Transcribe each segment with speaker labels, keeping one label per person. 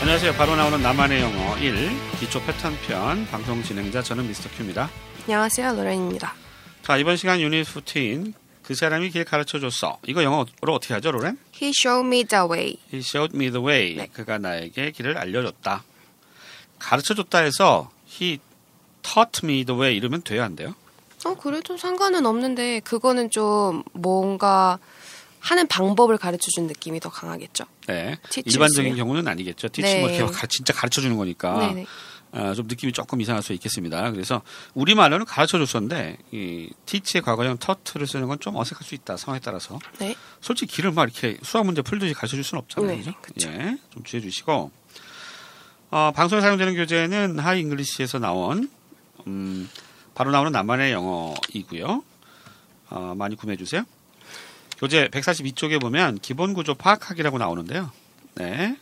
Speaker 1: 안녕하세요. 바로 나오는 나만의 영어 1 기초 패턴편 방송 진행자 저는 미스터 큐입니다.
Speaker 2: 안녕하세요, 로렌입니다.
Speaker 1: 자 이번 시간 유닛 15. 그 사람이 길 가르쳐 줬어. 이거 영어로 어떻게 하죠, 로렌?
Speaker 2: He showed me the way.
Speaker 1: He showed me the way.
Speaker 2: 네.
Speaker 1: 그가 나에게 길을 알려줬다. 가르쳐 줬다 해서 he taught me the way 이러면 돼요, 안 돼요?
Speaker 2: 어, 그래도 상관은 없는데 그거는 좀 뭔가 하는 방법을 가르쳐 준 느낌이 더 강하겠죠.
Speaker 1: 네.
Speaker 2: Teaching
Speaker 1: 일반적인
Speaker 2: 있어요.
Speaker 1: 경우는 아니겠죠. 티칭을
Speaker 2: 네.
Speaker 1: 이렇게 가- 진짜 가르쳐 주는 거니까.
Speaker 2: 네네.
Speaker 1: 아, 좀 느낌이 조금 이상할 수 있겠습니다. 그래서 우리말로는 가르쳐 줬었는데 이 티치의 과거형 터트를 쓰는 건 좀 어색할 수 있다 상황에 따라서
Speaker 2: 네.
Speaker 1: 솔직히 길을 막 이렇게 수학 문제 풀듯이 가르쳐 줄 수는 없잖아요.
Speaker 2: 네,
Speaker 1: 그죠?
Speaker 2: 그쵸.
Speaker 1: 예, 좀 주의해 주시고 어, 방송에 사용되는 교재는 하이 잉글리시에서 나온 음, 바로 나오는 나만의 영어이고요. 어, 많이 구매해 주세요. 교재 142쪽에 보면 기본 구조 파악하기라고 나오는데요. 네.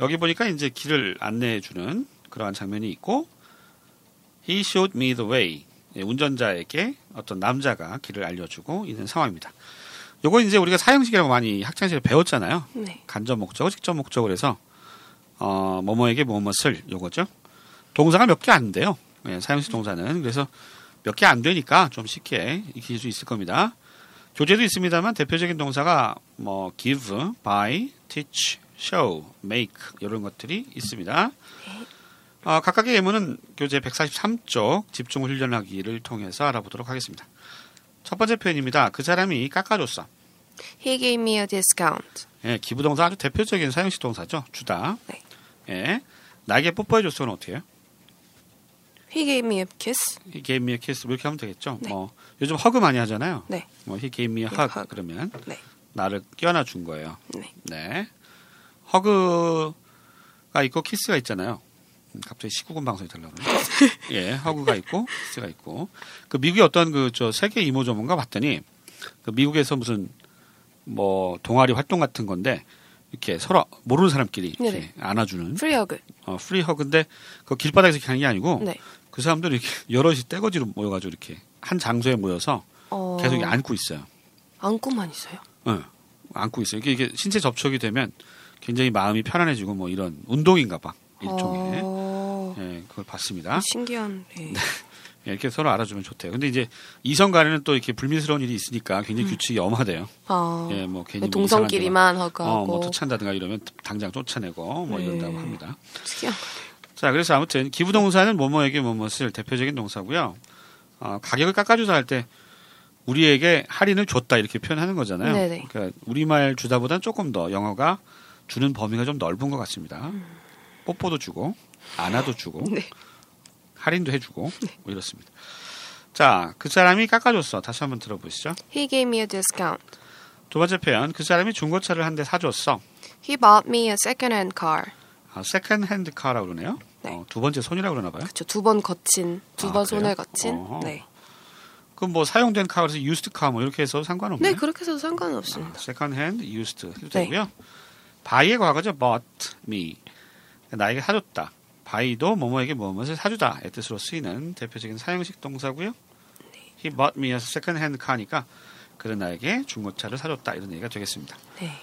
Speaker 1: 여기 보니까 이제 길을 안내해 주는 그러한 장면이 있고 He showed me the way. 예, 운전자에게 어떤 남자가 길을 알려주고 있는 상황입니다. 요거 이제 우리가 사형식이라고 많이 학창시절에 배웠잖아요.
Speaker 2: 네.
Speaker 1: 간접 목적어, 직접 목적을 해서 어, 뭐뭐에게 뭐뭐을 요거죠. 동사가 몇 개 안 돼요. 예, 사용식 동사는 그래서 몇 개 안 되니까 좀 쉽게 익힐 수 있을 겁니다. 교재도 있습니다만 대표적인 동사가 뭐 give, buy, teach, show, make 이런 것들이 있습니다. 어, 각각의 예문은 교재 143쪽 집중 훈련하기를 통해서 알아보도록 하겠습니다. 첫 번째 표현입니다. 그 사람이 깎아줬어.
Speaker 2: He gave me a discount.
Speaker 1: 예, 기부동사 아주 대표적인 사용식 동사죠. 주다.
Speaker 2: 네.
Speaker 1: 예. 나에게 뽀뽀해 줬으면 어떻게 해요?
Speaker 2: He gave me a kiss.
Speaker 1: He gave me a kiss. 뭐 이렇게 하면 되겠죠.
Speaker 2: 네.
Speaker 1: 뭐 요즘 허그 많이 하잖아요.
Speaker 2: 네.
Speaker 1: 뭐 he gave me a
Speaker 2: 네,
Speaker 1: hug.
Speaker 2: hug.
Speaker 1: 그러면
Speaker 2: 네.
Speaker 1: 나를 껴안아 준 거예요.
Speaker 2: 네.
Speaker 1: 네. 허그가 있고 키스가 있잖아요. 음, 갑자기 19금 방송이 되려고 그러네. 예, 허그가 있고 키스가 있고. 그 미국의 어떤 그 저 세계 이모 전문가 봤더니 그 미국에서 무슨 뭐 동아리 활동 같은 건데 이렇게 서로 모르는 사람끼리 이렇게
Speaker 2: 네네.
Speaker 1: 안아주는
Speaker 2: 프리어글.
Speaker 1: 어, 프리 허그인데 그 길바닥에서 이렇게 하는 게 아니고
Speaker 2: 네.
Speaker 1: 그 사람들이 이렇게 여럿이 떼거지로 모여가지고 이렇게 한 장소에 모여서
Speaker 2: 어,
Speaker 1: 계속 이렇게 안고 있어요.
Speaker 2: 안고만 있어요.
Speaker 1: 어, 안고 있어요. 이게, 이게 신체 접촉이 되면 굉장히 마음이 편안해지고 뭐 이런 운동인가 봐 일종의
Speaker 2: 어,
Speaker 1: 예, 그걸 봤습니다.
Speaker 2: 신기한. 네.
Speaker 1: 예, 이렇게 서로 알아주면 좋대요. 근데 이제 이성 간에는 또 이렇게 불미스러운 일이 있으니까 굉장히 규칙이 엄하대요.
Speaker 2: 아,
Speaker 1: 예, 뭐 괜히 뭐
Speaker 2: 음.
Speaker 1: 이상한
Speaker 2: 동성끼리만
Speaker 1: 데만, 어,
Speaker 2: 허그하고
Speaker 1: 뭐 토찬다든가 이러면 당장 쫓아내고 뭐
Speaker 2: 네.
Speaker 1: 이런다고 합니다.
Speaker 2: 특이한.
Speaker 1: 자, 그래서 아무튼 기부 동사는 뭐뭐에게 뭐뭐을 대표적인 동사고요. 어, 가격을 깎아주다 할 때 우리에게 할인을 줬다 이렇게 표현하는 거잖아요.
Speaker 2: 네네.
Speaker 1: 그러니까 우리말 주다보다는 조금 더 영어가 주는 범위가 좀 넓은 것 같습니다. 뽀뽀도 주고 안아도 주고
Speaker 2: 음. 네.
Speaker 1: 할인도 해주고 뭐 이렇습니다. 자, 그 사람이 깎아줬어. 다시 한번 들어보시죠.
Speaker 2: He gave me a discount.
Speaker 1: 두 번째 표현, 그 사람이 중고차를 한 대 사줬어.
Speaker 2: He bought me a second-hand car.
Speaker 1: 아, 세컨 핸드 카라고 그러네요.
Speaker 2: 네.
Speaker 1: 어, 두 번째 손이라고 그러나 봐요.
Speaker 2: 그렇죠. 두 번 거친, 두
Speaker 1: 아,
Speaker 2: 번
Speaker 1: 그래요?
Speaker 2: 손을 거친.
Speaker 1: 어허.
Speaker 2: 네.
Speaker 1: 그럼 뭐 사용된 카에서 유스트 카뭐 이렇게 해서 상관없나요? 아,
Speaker 2: 네, 그렇게 해도 상관은 없습니다.
Speaker 1: 세컨 핸드 used 해도
Speaker 2: 네.
Speaker 1: 되고요. buy의 과거죠. bought me. 나에게 사줬다. buy도 뭐뭐에게 뭐뭐를 사주다. 의 뜻으로 쓰이는 대표적인 사용식 동사고요. he bought me a second hand car니까 그는 나에게 중고차를 사줬다. 이런 얘기가 되겠습니다.
Speaker 2: 네.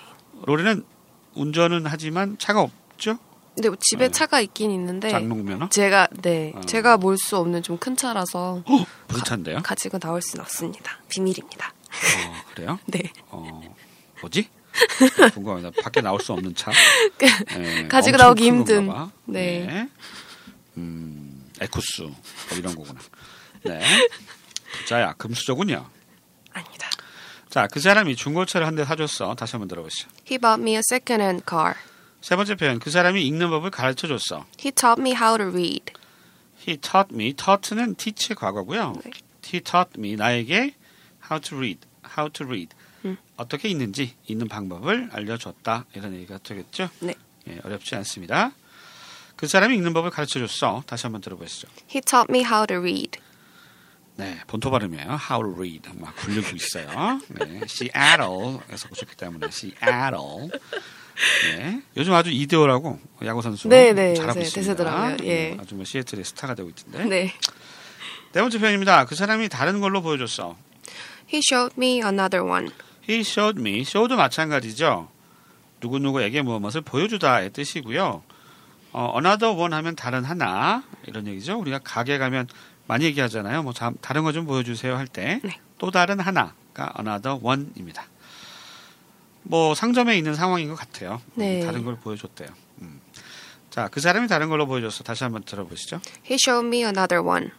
Speaker 1: 로리는 운전은 하지만 차가 없죠?
Speaker 2: 근데 뭐 집에
Speaker 1: 네.
Speaker 2: 차가 있긴 있는데
Speaker 1: 장롱면허?
Speaker 2: 제가 네,
Speaker 1: 아.
Speaker 2: 제가 몰 수 없는 좀 큰 차라서
Speaker 1: 어, 불차인데요?
Speaker 2: 가지고 나올 순
Speaker 1: 아.
Speaker 2: 없습니다. 비밀입니다.
Speaker 1: 어, 그래요?
Speaker 2: 네.
Speaker 1: 어, 뭐지? 궁금합니다. 밖에 나올 수 없는 차. 예,
Speaker 2: 그, 가지고
Speaker 1: 엄청
Speaker 2: 나오기
Speaker 1: 큰
Speaker 2: 힘든.
Speaker 1: 건가 봐.
Speaker 2: 네.
Speaker 1: 예. 음, 에쿠스 뭐 이런 거구나. 네. 부자야 금수저군요.
Speaker 2: 아니다.
Speaker 1: 자, 그 사람이 중고차를 한 대 사줬어. 다시 한번 들어보시죠.
Speaker 2: He bought me a second-hand car.
Speaker 1: 세 번째 표현. 그 사람이 읽는 법을 가르쳐 줬어.
Speaker 2: He taught me how to read.
Speaker 1: He taught me. Taught는 teach의 과거고요.
Speaker 2: 네.
Speaker 1: He taught me. 나에게 how to read. How to read.
Speaker 2: 음.
Speaker 1: 어떻게 읽는지 읽는 방법을 알려줬다. 이런 얘기가 되겠죠.
Speaker 2: 네.
Speaker 1: 예, 어렵지 않습니다. 그 사람이 읽는 법을 가르쳐 줬어. 다시 한번 들어보시죠.
Speaker 2: He taught me how to read.
Speaker 1: 네, 본토 발음이에요. How to read 막 굴리고 있어요. 네, Seattle에서 오셨기 때문에 Seattle. 네, 요즘 아주 이대호라고 야구 선수
Speaker 2: 네, 네,
Speaker 1: 잘하고
Speaker 2: 요새
Speaker 1: 있습니다.
Speaker 2: 대세더라고요. 예.
Speaker 1: 네, 아주 뭐 시애틀의 스타가 되고 있던데. 네.
Speaker 2: 네.
Speaker 1: 번째 표현입니다. 그 사람이 다른 걸로 보여줬어.
Speaker 2: He showed me another one.
Speaker 1: He showed me. show도 마찬가지죠. 누구 누구에게 무엇을 보여주다의 뜻이고요. 어, another one 하면 다른 하나 이런 얘기죠. 우리가 가게 가면 많이 얘기하잖아요. 뭐 자- 다른 거 좀 보여주세요 할 때 또
Speaker 2: 네.
Speaker 1: 다른 하나가 그러니까 another one입니다. 뭐 상점에 있는 상황인 것 같아요. 음,
Speaker 2: 네.
Speaker 1: 다른 걸 보여줬대요. 음. 자, 그 사람이 다른 걸로 보여줬어. 다시 한번 들어보시죠.
Speaker 2: He showed me another one.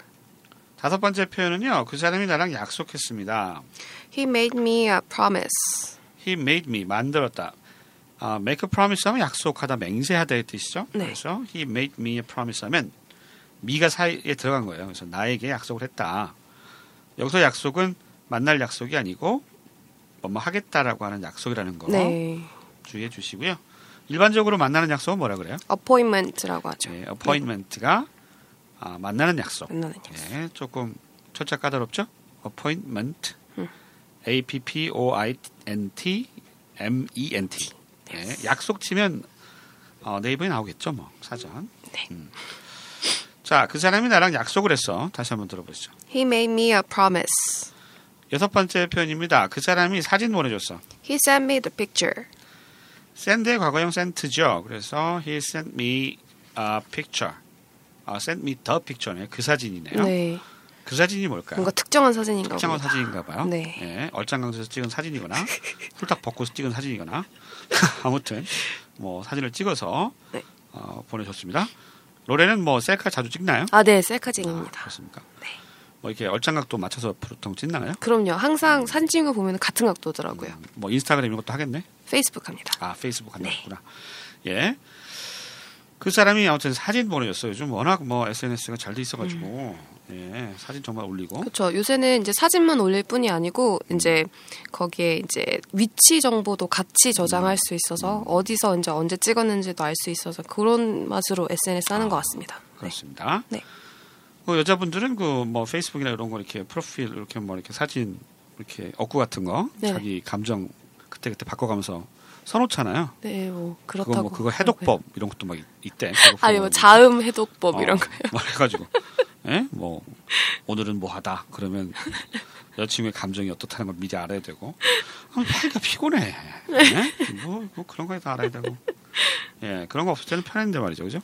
Speaker 1: 다섯 번째 표현은요. 그 사람이 나랑 약속했습니다.
Speaker 2: He made me a promise.
Speaker 1: He made me 만들었다. 아, make a promise 하면 약속하다, 맹세하다의 뜻이죠.
Speaker 2: 네.
Speaker 1: 그래서 he made me a promise 하면 미가 사이에 들어간 거예요. 그래서 나에게 약속을 했다. 여기서 약속은 만날 약속이 아니고 뭐뭐 하겠다라고 하는 약속이라는 거
Speaker 2: 네.
Speaker 1: 주의해 주시고요. 일반적으로 만나는 약속은 뭐라 그래요?
Speaker 2: appointment라고 하죠.
Speaker 1: 네, appointment가 아, 만나는 약속.
Speaker 2: 만나는 약속.
Speaker 1: 네, 조금 철자 까다롭죠? appointment, a p p o i n t m e n t. 네, 약속 치면 어, 네이버에 나오겠죠, 뭐 사전.
Speaker 2: 네.
Speaker 1: 음. 자, 그 사람이 나랑 약속을 했어. 다시 한번 들어보시죠.
Speaker 2: He made me a promise.
Speaker 1: 여섯 번째 표현입니다. 그 사람이 사진 보내줬어.
Speaker 2: He sent me the picture.
Speaker 1: send의 과거형 sent죠. 그래서 he sent me a picture. 아, sent me the picture네. 그 사진이네요.
Speaker 2: 네.
Speaker 1: 그 사진이 뭘까요?
Speaker 2: 뭔가 특정한 사진인가 보다.
Speaker 1: 특정한 사진인가 봐요.
Speaker 2: 아, 네.
Speaker 1: 예, 얼짱강에서 찍은 사진이거나 홀딱 벗고서 찍은 사진이거나 아무튼 뭐 사진을 찍어서
Speaker 2: 네.
Speaker 1: 어, 보내셨습니다. 로레는 뭐 셀카 자주 찍나요?
Speaker 2: 아, 네, 셀카쟁입니다.
Speaker 1: 그렇습니까?
Speaker 2: 네.
Speaker 1: 뭐 이렇게 얼짱각도 맞춰서 보통 찍나요?
Speaker 2: 그럼요.
Speaker 1: 음.
Speaker 2: 항상 사진 찍은 거 보면 같은 각도더라고요.
Speaker 1: 뭐 인스타그램 이런 것도 하겠네.
Speaker 2: 페이스북 합니다.
Speaker 1: 아 페이스북
Speaker 2: 네.
Speaker 1: 한다구나. 예. 그 사람이 아무튼 사진 보내줬어요. 요즘 워낙 뭐 SNS가 잘 돼 있어가지고
Speaker 2: 음.
Speaker 1: 예, 사진 정말 올리고
Speaker 2: 그렇죠. 요새는 이제 사진만 올릴 뿐이 아니고 이제 거기에 이제 위치 정보도 같이
Speaker 1: 음.
Speaker 2: 저장할 수 있어서 어디서 이제 언제 찍었는지도 알 수 있어서 그런 맛으로 SNS
Speaker 1: 아.
Speaker 2: 하는 것 같습니다. 네.
Speaker 1: 그렇습니다.
Speaker 2: 네.
Speaker 1: 그 여자분들은 그 뭐 페이스북이나 이런 거 이렇게 프로필 이렇게 뭐 이렇게 사진 이렇게 억구 같은 거
Speaker 2: 네네.
Speaker 1: 자기 감정 그때 그때 바꿔가면서 써놓잖아요.
Speaker 2: 네, 뭐 그렇다고.
Speaker 1: 그거 뭐 그거
Speaker 2: 하더라고요.
Speaker 1: 해독법 이런 것도 막 있- 있대.
Speaker 2: 아니 뭐 자음 해독법
Speaker 1: 어,
Speaker 2: 이런 거요.
Speaker 1: 뭐 해가지고 예? 뭐 오늘은 뭐 하다 그러면 여자친구의 감정이 어떻다는 걸 미리 알아야 되고 아, 하기가 피곤해.
Speaker 2: 네.
Speaker 1: 예? 뭐, 뭐 그런 거에 다 알아야 되고 예 그런 거 없을 때는 편했는데 말이죠, 그죠?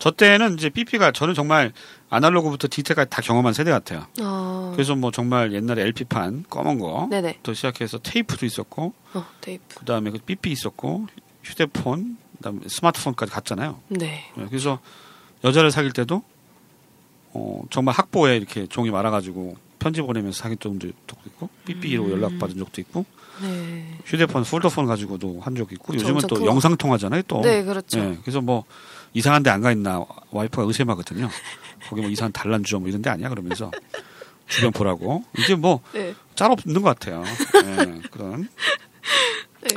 Speaker 1: 저 때는 이제 삐삐가 저는 정말 아날로그부터 디테일까지 다 경험한 세대 같아요.
Speaker 2: 아,
Speaker 1: 그래서 뭐 정말 옛날에 LP판 검은 거부터
Speaker 2: 네네.
Speaker 1: 시작해서 테이프도 있었고
Speaker 2: 어, 테이프.
Speaker 1: 그다음에 그 삐삐 있었고 휴대폰 그다음에 스마트폰까지 갔잖아요.
Speaker 2: 네.
Speaker 1: 네, 그래서 여자를 사귈 때도 어, 정말 학보에 이렇게 종이 말아가지고 편지 보내면서 사귄 적도 있고 삐삐로
Speaker 2: 음.
Speaker 1: 연락 받은 적도 있고
Speaker 2: 네.
Speaker 1: 휴대폰 폴더폰 가지고도 한 적 있고
Speaker 2: 그쵸,
Speaker 1: 요즘은
Speaker 2: 엄청
Speaker 1: 또
Speaker 2: 큰 거.
Speaker 1: 영상 통화잖아요 또.
Speaker 2: 네, 그렇죠.
Speaker 1: 예, 그래서 뭐 이상한 데 안 가 있나 와이프가 의심하거든요. 거기 뭐 이상한 단란주점 뭐 이런 데 아니야 그러면서 주변 보라고 이제 뭐 짤
Speaker 2: 네.
Speaker 1: 없는 것 같아요. 예, 그런
Speaker 2: 네.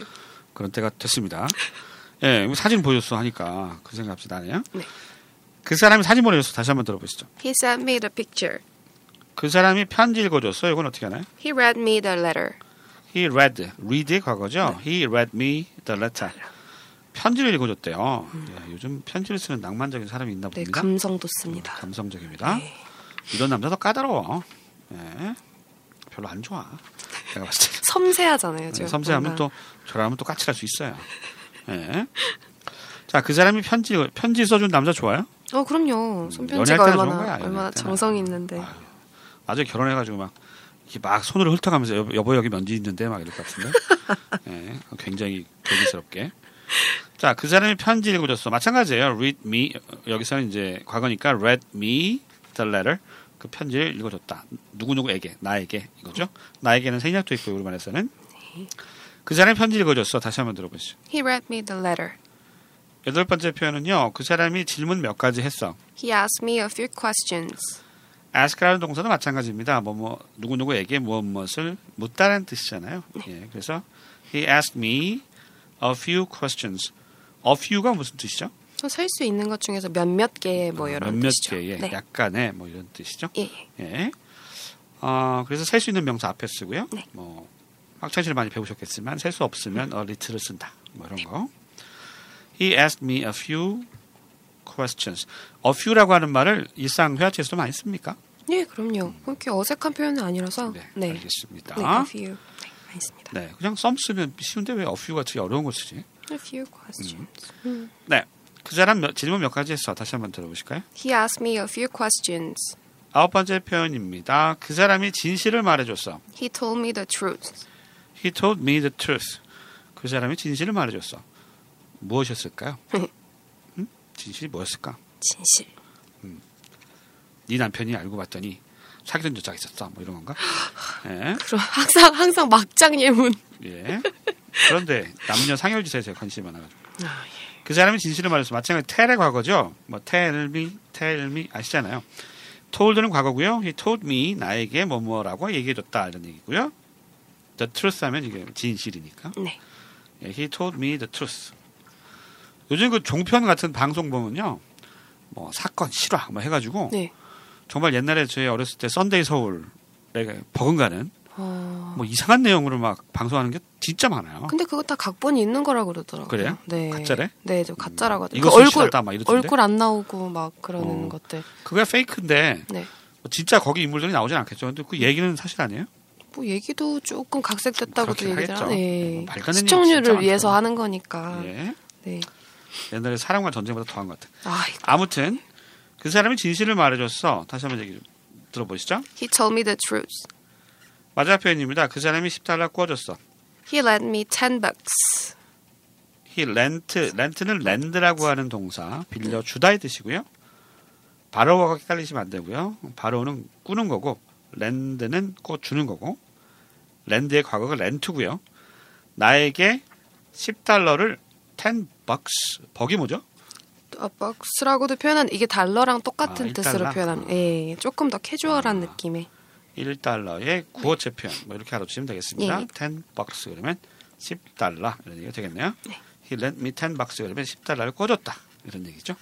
Speaker 1: 그런 때가 됐습니다. 예, 사진 보여줬어 하니까 그 생각 없이 나네요.
Speaker 2: 네.
Speaker 1: 그 사람이 사진 보내줬어. 다시 한번 들어보시죠.
Speaker 2: He sent me the picture.
Speaker 1: 그 사람이 편지 읽어줬어. 이건 어떻게 하나요?
Speaker 2: He read me the letter.
Speaker 1: He read. read의 과거죠.
Speaker 2: 네.
Speaker 1: He read me the letter. 편지를 읽어줬대요. 예, 요즘 편지를 쓰는 낭만적인 사람이 있나
Speaker 2: 네,
Speaker 1: 봅니다.
Speaker 2: 감성도 씁니다.
Speaker 1: 감성적입니다.
Speaker 2: 네.
Speaker 1: 이런 남자도 까다로워. 예, 별로 안 좋아. 내가 봤을 때. 네,
Speaker 2: 섬세하잖아요, 저.
Speaker 1: 섬세하면 또 저라면 또 까칠할 수 있어요. 예. 자, 그 사람이 편지 편지 써준 남자 좋아요?
Speaker 2: 어 그럼요.
Speaker 1: 연애할
Speaker 2: 손편지가
Speaker 1: 때나 좋은
Speaker 2: 얼마나
Speaker 1: 거야, 연애할
Speaker 2: 얼마나
Speaker 1: 때나.
Speaker 2: 정성이 있는데.
Speaker 1: 아유, 나중에 결혼해가지고 막 이렇게 막 손으로 훑어가면서 여보, 여보 여기 면지 있는데 막 이럴 것 같은데. 예, 굉장히 괴기스럽게. 자, 그 사람이 편지 읽어줬어. 마찬가지예요. Read me 여기서는 이제 과거니까 read me the letter. 그 편지를 읽어줬다. 누구 누구에게 나에게 이거죠. 나에게는 생략도 있고 우리말에서는
Speaker 2: 네.
Speaker 1: 그 사람이 편지 를 읽어줬어. 다시 한번 들어보시죠.
Speaker 2: He read me the letter.
Speaker 1: 여덟 번째 표현은요. 그 사람이 질문 몇 가지 했어.
Speaker 2: He asked me a few questions.
Speaker 1: ask라는 동사도 마찬가지입니다. 뭐 뭐 누구 누구에게 무엇 무엇을 묻다라는 뜻이잖아요. 예, 그래서 he asked me a few questions. a few가 무슨 뜻이죠? 어,
Speaker 2: 셀 수 있는 것 중에서 몇몇 개의 뭐 이런
Speaker 1: 아, 몇몇
Speaker 2: 뜻이죠.
Speaker 1: 개의
Speaker 2: 네.
Speaker 1: 약간의 뭐 이런 뜻이죠.
Speaker 2: 예, 예.
Speaker 1: 예. 어, 그래서 셀 수 있는 명사 앞에 쓰고요.
Speaker 2: 네.
Speaker 1: 뭐 학창시절 많이 배우셨겠지만 셀 수 없으면 a little을 쓴다. 뭐 이런 거. He asked me a few questions. a few라고 하는 말을 일상 회화체에서도 많이 씁니까?
Speaker 2: 예, 그럼요. 그렇게 어색한 표현은 아니라서.
Speaker 1: 네,
Speaker 2: 네.
Speaker 1: 알겠습니다.
Speaker 2: 네, a few. 네, 알겠습니다.
Speaker 1: 네, 그냥 썸 쓰면 쉬운데 왜 a few 같이 어려운 걸 쓰지?
Speaker 2: A few questions.
Speaker 1: 네, 그 사람 몇- 질문 몇 가지 했어. 다시 한번 들어보실까요?
Speaker 2: He asked me a few questions.
Speaker 1: 아홉 번째 표현입니다. 그 사람이 진실을 말해줬어.
Speaker 2: He told me the truth.
Speaker 1: He told me the truth. 그 사람이 진실을 말해줬어. 무엇이었을까요? 응? 진실이 뭐였을까?
Speaker 2: 진실.
Speaker 1: 네 남편이 알고 봤더니 사귀던 여자가 있었어. 뭐 이런 건가? 예.
Speaker 2: 그럼 항상 항상 막장 예문.
Speaker 1: 예. 그런데 남녀 상열지사에서 관심이 많아가지고.
Speaker 2: 예.
Speaker 1: 그 사람이 진실을 말했어. 마찬가지 tell의 과거죠. 뭐 tell me, tell me 아시잖아요. told는 과거고요. He told me 나에게 뭐뭐라고 얘기해줬다 이런 얘기고요. The truth 하면 이게 진실이니까.
Speaker 2: 네.
Speaker 1: 예, He told me the truth. 요즘 그 종편 같은 방송 보면요. 뭐 사건 실화 뭐 해가지고
Speaker 2: 네.
Speaker 1: 정말 옛날에 저희 어렸을 때 썬데이 서울에 버금가는
Speaker 2: 어.
Speaker 1: 뭐 이상한 내용으로 막 방송하는 게 진짜 많아요.
Speaker 2: 근데 그거 다 각본이 있는 거라 그러더라고요.
Speaker 1: 어? 그래요?
Speaker 2: 네.
Speaker 1: 가짜래?
Speaker 2: 네, 저 가짜라고 하더라고요.
Speaker 1: 이거
Speaker 2: 그 얼굴
Speaker 1: 실화다 막 이러던데.
Speaker 2: 얼굴 안 나오고 막 그러는
Speaker 1: 어.
Speaker 2: 것들.
Speaker 1: 그게 페이크인데
Speaker 2: 네.
Speaker 1: 뭐 진짜 거기 인물들이 나오진 않겠죠. 근데 그 얘기는 사실 아니에요.
Speaker 2: 뭐 얘기도 조금 각색됐다고도
Speaker 1: 그렇긴
Speaker 2: 얘기를
Speaker 1: 하겠죠. 네,
Speaker 2: 하네.
Speaker 1: 뭐 발간은 진짜
Speaker 2: 시청률을
Speaker 1: 많죠.
Speaker 2: 위해서 하는 거니까.
Speaker 1: 예.
Speaker 2: 네.
Speaker 1: 옛날에 사랑과 전쟁보다 더한 것 같아.
Speaker 2: 아,
Speaker 1: 아무튼 그 사람이 진실을 말해줬어. 다시 한번 얘기 좀 들어보시죠.
Speaker 2: he told me the truth.
Speaker 1: 마지막 표현입니다. 그 사람이 10달러 구워줬어.
Speaker 2: He lent me 10 bucks.
Speaker 1: 이 렌트, 렌트는 렌드라고 하는 동사 빌려주다의 뜻이고요. 바로워가 헷갈리시면 안 되고요. 바로우는 꾸는 거고 렌드는 꿔주는 거고 렌드의 과거가 렌트고요. 나에게 10달러를 10 bucks 버기 뭐죠?
Speaker 2: 아, 박스라고도 표현한 이게 달러랑 똑같은
Speaker 1: 아, 일
Speaker 2: 뜻으로
Speaker 1: 달러? 아.
Speaker 2: 표현한 예, 조금 더 캐주얼한 느낌의
Speaker 1: 1달러의 구어체 표현 뭐 이렇게 알아두시면 되겠습니다.
Speaker 2: 예.
Speaker 1: 10 bucks 그러면 10달러 이런 얘기가 되겠네요. He lent me 10 bucks 그러면 10달러를 꿔줬다 이런 얘기죠.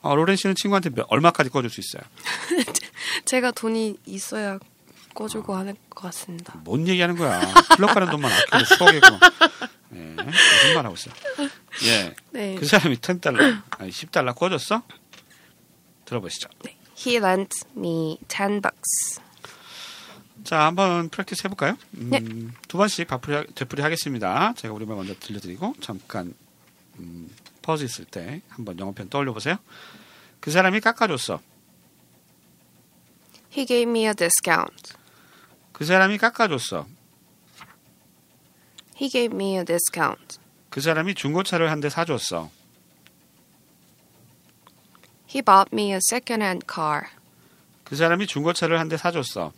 Speaker 1: 어, 로렌 씨는 친구한테 몇- 얼마까지 꿔줄 수 있어요?
Speaker 2: 제가 돈이 있어야 꿔주고
Speaker 1: 아.
Speaker 2: 하는 것 같습니다.
Speaker 1: 뭔 얘기하는 거야? 클럽 가는 돈만 아끼고 수억이구만. 예, 무슨 말 하고 있어? 예,
Speaker 2: 네.
Speaker 1: 그 사람이 10달러, 아니 10달러 꿔줬어? 들어보시죠.
Speaker 2: He lent me 10 bucks.
Speaker 1: 자, 한번 프랙티스 해볼까요? 음, 두 번씩 바풀이 하- 되풀이 하겠습니다. 제가 우리말 먼저 들려드리고 잠깐 음, 퍼즈 있을 때 한번 영어편 떠올려 보세요. 그 사람이 깎아줬어.
Speaker 2: He gave me a discount.
Speaker 1: 그 사람이 깎아줬어.
Speaker 2: He gave me a discount.
Speaker 1: 그 사람이 중고차를 한 대 사줬어.
Speaker 2: He bought me a second-hand car.
Speaker 1: 그 사람이 중고차를 한 대 사줬어.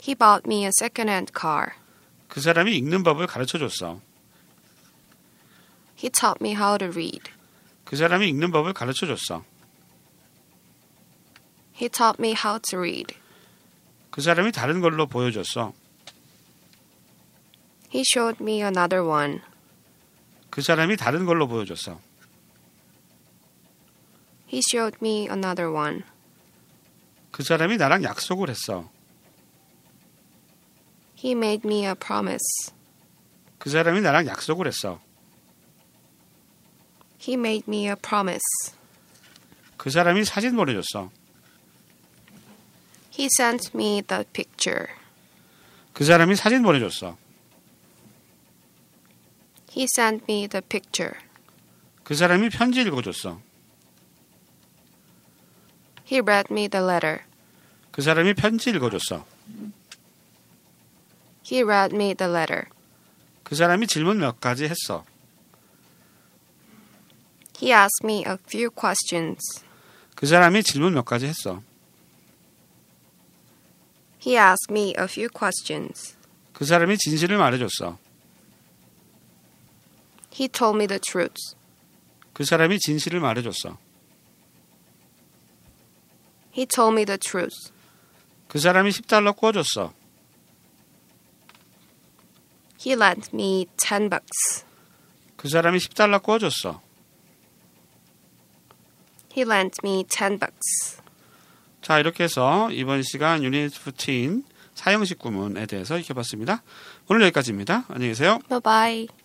Speaker 2: He bought me a second-hand car.
Speaker 1: 그 사람이 읽는 법을 가르쳐줬어.
Speaker 2: He taught me how to read.
Speaker 1: 그 사람이 읽는 법을 가르쳐 줬어.
Speaker 2: He taught me how to read.
Speaker 1: 그 사람이 다른 걸로 보여줬어.
Speaker 2: He showed me another one.
Speaker 1: 그 사람이 다른 걸로 보여줬어.
Speaker 2: He showed me another one.
Speaker 1: 그 사람이 나랑 약속을 했어.
Speaker 2: He made me a promise.
Speaker 1: 그 사람이 나랑 약속을 했어.
Speaker 2: He made me a promise.
Speaker 1: 그 사람이 사진 보내줬어.
Speaker 2: He sent me the picture.
Speaker 1: 그 사람이 사진 보내줬어.
Speaker 2: He sent me the picture.
Speaker 1: 그 사람이 편지 읽어줬어.
Speaker 2: He read me the letter.
Speaker 1: 그 사람이 편지 읽어줬어.
Speaker 2: He read me the letter.
Speaker 1: 그 사람이 질문 몇 가지 했어.
Speaker 2: He asked me a few questions.
Speaker 1: 그 사람이 질문 몇 가지 했어.
Speaker 2: He asked me a few questions.
Speaker 1: 그 사람이 진실을 말해줬어.
Speaker 2: He told me the truth.
Speaker 1: 그 사람이 진실을 말해줬어.
Speaker 2: He told me the truth.
Speaker 1: 그 사람이 10달러 구워줬어.
Speaker 2: He lent me 10 bucks.
Speaker 1: 그 사람이 10달러 구워줬어.
Speaker 2: He lent me 10 bucks.
Speaker 1: 자 이렇게 해서 이번 시간 유닛 15 사형식 구문에 대해서 익혀봤습니다. 오늘 여기까지입니다. 안녕히 계세요.
Speaker 2: Bye bye.